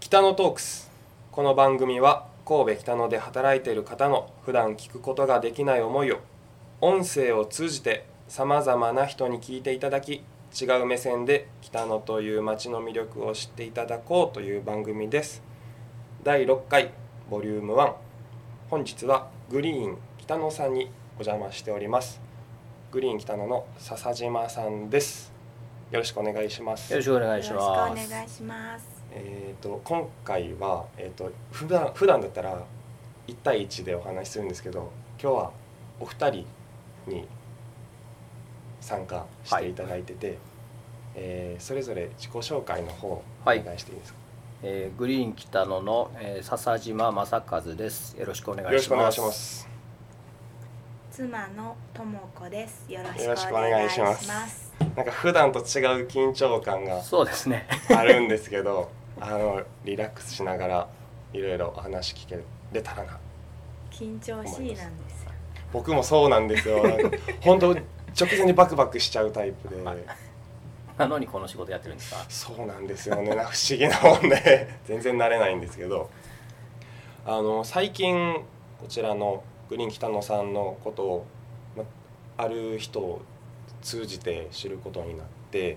北野トークスこの番組は神戸北野で働いている方の普段聞くことができない思いを音声を通じてさまざまな人に聞いていただき違う目線で北野という街の魅力を知っていただこうという番組です第6回ボリューム1本日はグリーン北野さんにお邪魔しておりますグリーン北野の笹島さんですよろしくお願いしますよろしくおよろしくお願いします。願いします。えー、と今回は、えー、と普段普段だったら1対1でお話しするんですけど今日はお二人に参加していただいてて、えーそれぞれ自己紹介の方おはい願いしていいですか、えーグリーン北野の、えー笹島正和です。よろしくお願よいろししくお願まいす。します妻のともこです。よろよろししくくおお願願いいししまますす。なんか普段と違う緊張感がそうですね。 あるんですけど あのリラックスしながらいろいろお話聞けれたらな緊張しいなんですよ。僕もそうなんですよなんか本当直前にバクバクしちゃうタイプで。なのにこの仕事やってるんですか。そうなんですよねなんか不思議なもんで 全然慣れないんですけどあの最近こちらのグリーン北野さんのことを、ま、ある人を通じて知ることになって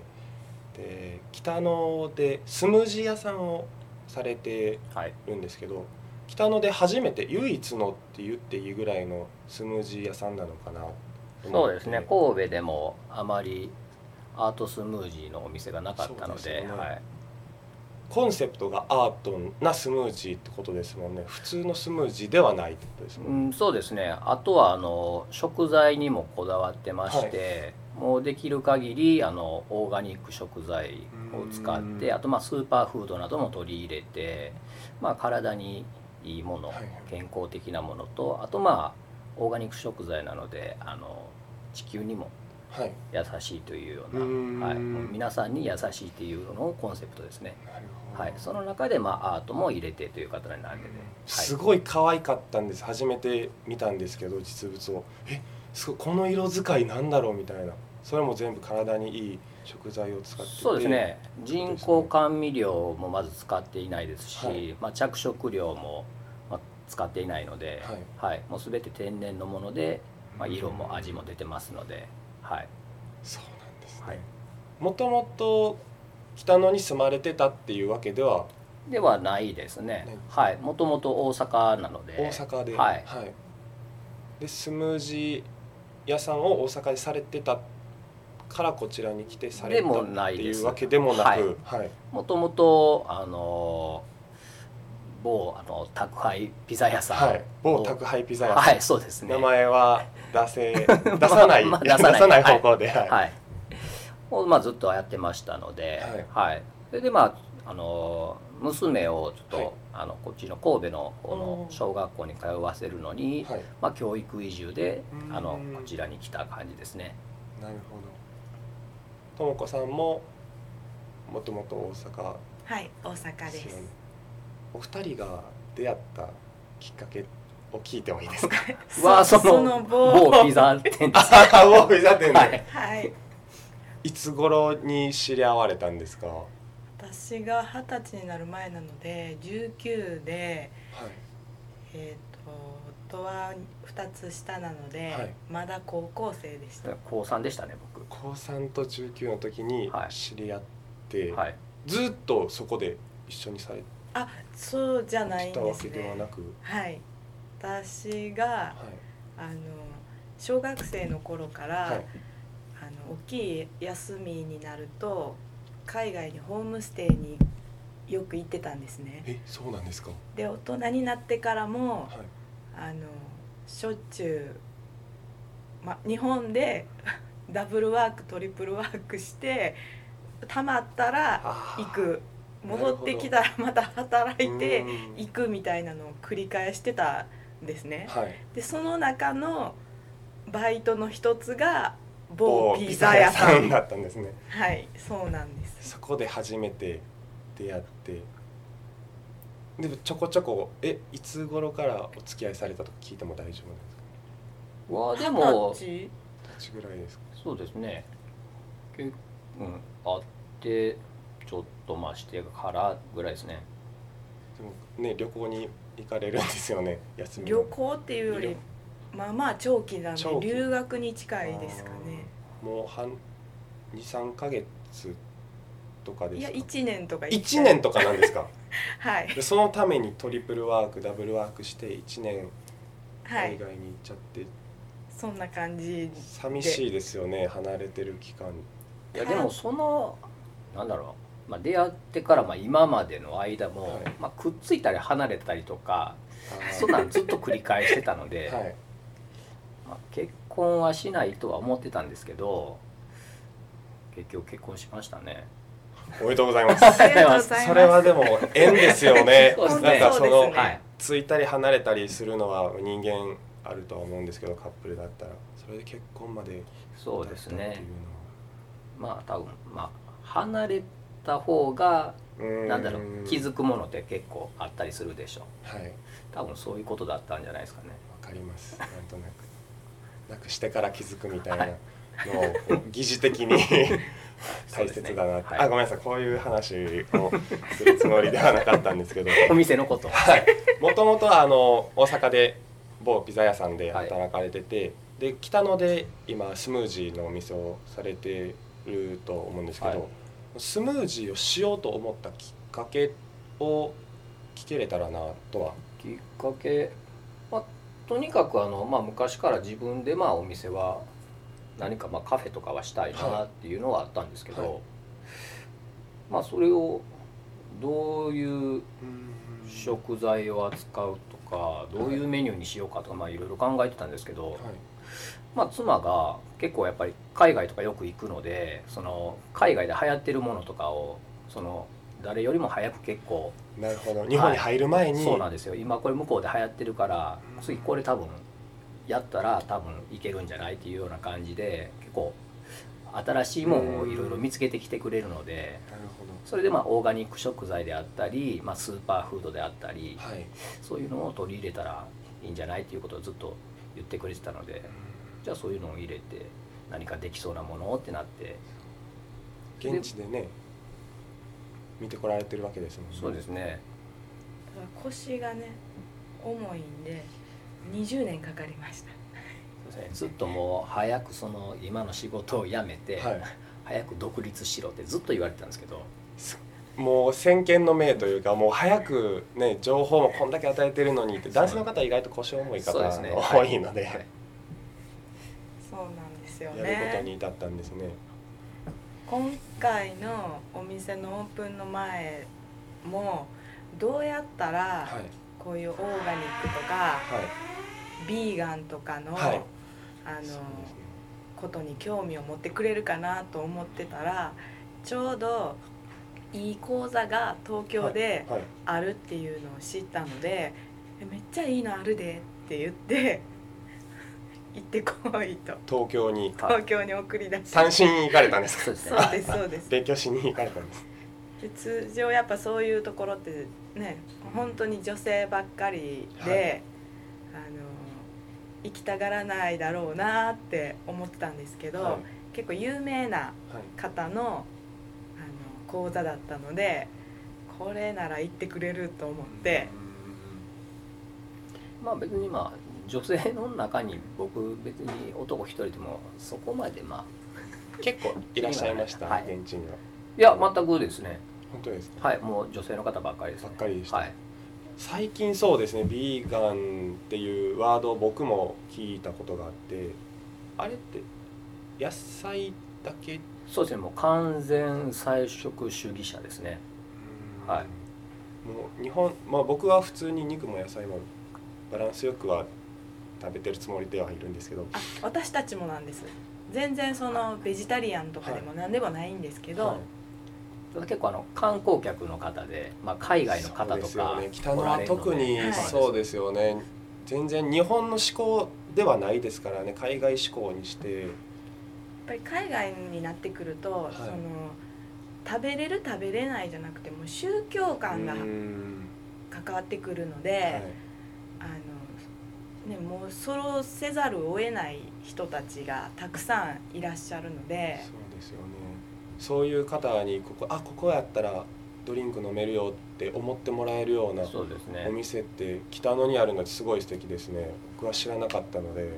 で北野でスムージー屋さんをされてはい。るんですけど北野で初めて唯一のって言っていいぐらいのスムージー屋さんなのかなと思そってうですね。神戸でもあまりアートスムージーのお店がなかったのそうでで、すよねはい。コンセプトがアートなスムージーってことですもんね普通のスムージーではないってことですもうんね、ん、そうですね。あとはあの食材にもこだわってまして、もうできる限りあのオーガニック食材を使っうんて、あとまあスーパーフードなども取り入れて、まあ体にいいもの、はい健康的なものとあとまあオーガニック食材なのであの地球にもはい優しいというよううーんな、はい、もう皆さんに優しいというのをコンセプトですね、なるほどはい、その中で、まあ、アートも入れてという形なうんでね、すはごい可愛かったんです初めて見たんですけど実物をえすごいこの色使いなんだろうみたいなそれも全部体にいい食材を使っい、ててそうですね人工甘味料もまず使っていないですし、はいまあ、着色料も、まあ、使っていないので、はいはいもう全て天然のもので、まあ、色も味も出てますので、はいそうなんですね、はいもともと北野に住まれてたっていうわけではではないですねね。はい、もともと大阪なので。大阪で、はいでスムージー屋さんを大阪でされてたからこちらに来てされでたもっなていいですうわけでもなくはい、もともと、あのー。某、あの、宅配ピザ屋さん。はい、某宅配ピザ屋さん、はい、そうですね。名前は出せ出さない、ま あ出出ささないない方向で、はいはい。を、まあ、ずっとやってましたので。はい。それで、まあ、あのー娘をちょっと、はいあのこっちの神戸の方のおー小学校に通わせるのに、はいまあ、教育移住であうのーんこちらに来た感じですねなるほどともこさんももともと大阪はい、大阪です。よねお二人が出会ったきっかけを聞いてもいい ですかわあその棒某ピザ店です あ某ピザ店で、はいはい。いつ頃に知り合われたんですか。は私が二十歳になる前なので、19で、えっ、と夫は二つ下なので、はいまだ高校生でした。高三でしたね僕高三と中九の時にはい知り合って、はい、ずっとそこで一緒にされあ、そうじゃないんたでわすけではねな。く、はい。私がはあの小学生の頃から、い、はい、あの大きい休みになると海外にホームステイによく行ってたんですねえ、そうなんですか。はで大人になってからもい、あのしょっちゅう、ま、日本で ダブルワークトリプルワークしてたまったらあー行くなるほど戻ってきたらまた働いてうん行くみたいなのを繰り返してたんですねはい、でその中のバイトの一つが某某ピザ屋さんだったんですね。はい、そうなんです。そこで初めて出会って。でもちょこちょこえいつ頃からお付き合いされたとか聞いても大丈夫なんですかわあでも二十いつぐらいですかそうですね結構、うん、あってちょっとましてからぐらいですねね旅行に行かれるんですよね休みの旅行っていうよりまあまあ長期なんで長期留学に近いですかねもう半23ヶ月とかでいすやか1年とか行きた1い年とかなん ですかはいでそのためにトリプルワークダブルワークして1年は海い外に行っちゃって、そんな感じ寂しいですよね離れてる期間いやでもそのなんだろう、まあ、出会ってからまあ今までの間も、はいまあ、くっついたり離れたりとかあーそんなんずっと繰り返してたの で、はいまあ、結婚はしないとは思ってたんですけど結局結婚しましたねおめでとうございますありがとうございます それはでも縁ですよね そうですねなんかそのそうですねはいついたり離れたりするのは人間あるとは思うんですけどカップルだったらそれで結婚までそうです至ったってねいまあ多分まあ離れた方がうのはうなんだろう気くづくものって結構あったりするでしょはいわ多分そういうことだったんじゃないですかねかり ますなんとなくなくしてから気づくみたいなのをこう疑似的 に大切だなって、そうですねはいあごめんなさいこういう話をするつもりではなかったんですけど お店のことはい、もともとはあの大阪で某ピザ屋さんで働かれてて、で北野で今スムージーのお店をされてると思うんですけど、はいスムージーをしようと思ったきっかけを聞けれたらなとは、きっかけ、まあ、とにかくあの、まあ、昔から自分でまあお店は何かまあカフェとかはしたいはいなっていうのはあったんですけど、はいまあそれをどういう食材を扱うとかどういうメニューにしようかとかまあいろいろ考えてたんですけど、はいまあ、妻が結構やっぱり海外とかよく行くのでその海外で流行ってるものとかをその誰よりも早く結構なるほど日本に入る前に、そうなんですよ今これ向こうで流行ってるからうん次これ多分やったら多分いけるんじゃないっていうような感じで結構新しいものをいろいろ見つけてきてくれるのでなるほどそれでまあオーガニック食材であったり、まあ、スーパーフードであったりはいそういうのを取り入れたらいいんじゃないっていうことをずっと言ってくれてたのでじゃあそういうのを入れて何かできそうなものってなって現地でね見てこられてるわけですもんねそうですね腰がね重いんで20年かかりましたずっともう早くその今の仕事を辞めて、はい早く独立しろってずっと言われてたんですけどもう先見の明というかもう早くね情報もこんだけ与えてるのにって男性の方は意外と腰重い方そうでがすね多いのではいそうなんですよやることねに至ったんですね。今回のお店のオープンの前もどうやったはらいこういうオーガニックとかはいビーガンとかの、はいあのそうですねことに興味を持ってくれるかなと思ってたらちょうどいい講座が東京ではいあるっていうのを知ったので「えめっちゃいいのあるで」って言って 「行ってこい」と東京にはい東京に送り出し単身に行かれたん ですそかうですねそうですそうです勉強しに行かれたんです。で通常やっぱそういうところってね本当に女性ばっかりで、あの行きたがらないだろうなって思ってたんですけど、はい結構有名なはい方のあの講座だったのでこれなら行ってくれると思って、まあ別にまあ女性の中に僕別に男一人でもそこまでまあ結構いらっしゃいました、はい現地には。いや全くですね本当ですか。はいもう女性の方ばっかりですねばっかりでしたはい最近そうですねビーガンっていうワードを僕も聞いたことがあってあれって野菜だけ。そうですねもう完全菜食主義者ですねはいもう日本、まあ僕は普通に肉も野菜もバランスよくは食べてるつもりではいるんですけど。あ私たちもなんです全然そのベジタリアンとかでも何でもないんですけど、はいただ結構あの観光客の方で、まあ、海外のそ方うでとすよかね。北お野らはれるので特にはいそうですよね。全然日本の思考ではないですからね。海外思考にして。やっぱり海外になってくると、いその食べれる食べれないじゃなくてもう宗教観がうん関わってくるのはいで、あのね、もうそうせざるを得ない人たちがたくさんいらっしゃるのでそうですよね。そういう方にここあここやったらドリンク飲めるよって思ってもらえるようなそうですねお店って北野にあるのがすごい素敵ですね僕は知らなかったので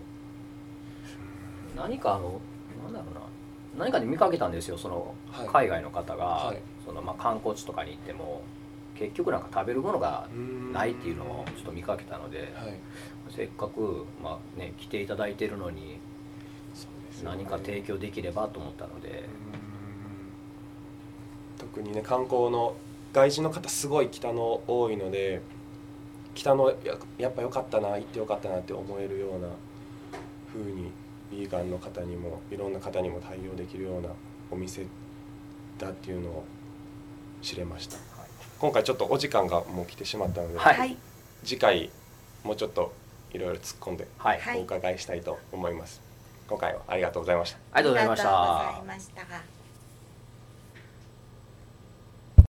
何かあのなんだろうな何かで見かけたんですよそのはい海外の方が、はいそのまあ観光地とかに行っても結局なんか食べるものがないっていうのをちょっと見かけたのではいせっかく、まあね、来ていただいてるのにそうですよね何か提供できればと思ったのでうーん特にね観光の外人の方すごい北野多いので北野ややっぱ良かったな行って良かったなって思えるような風にヴィーガンの方にもいろんな方にも対応できるようなお店だっていうのを知れました今回ちょっとお時間がもう来てしまったので、はいはい次回もうちょっといろいろ突っ込んではい、はいお伺いしたいと思います、今回はありがとうございましたありがとうございましたありがとうございました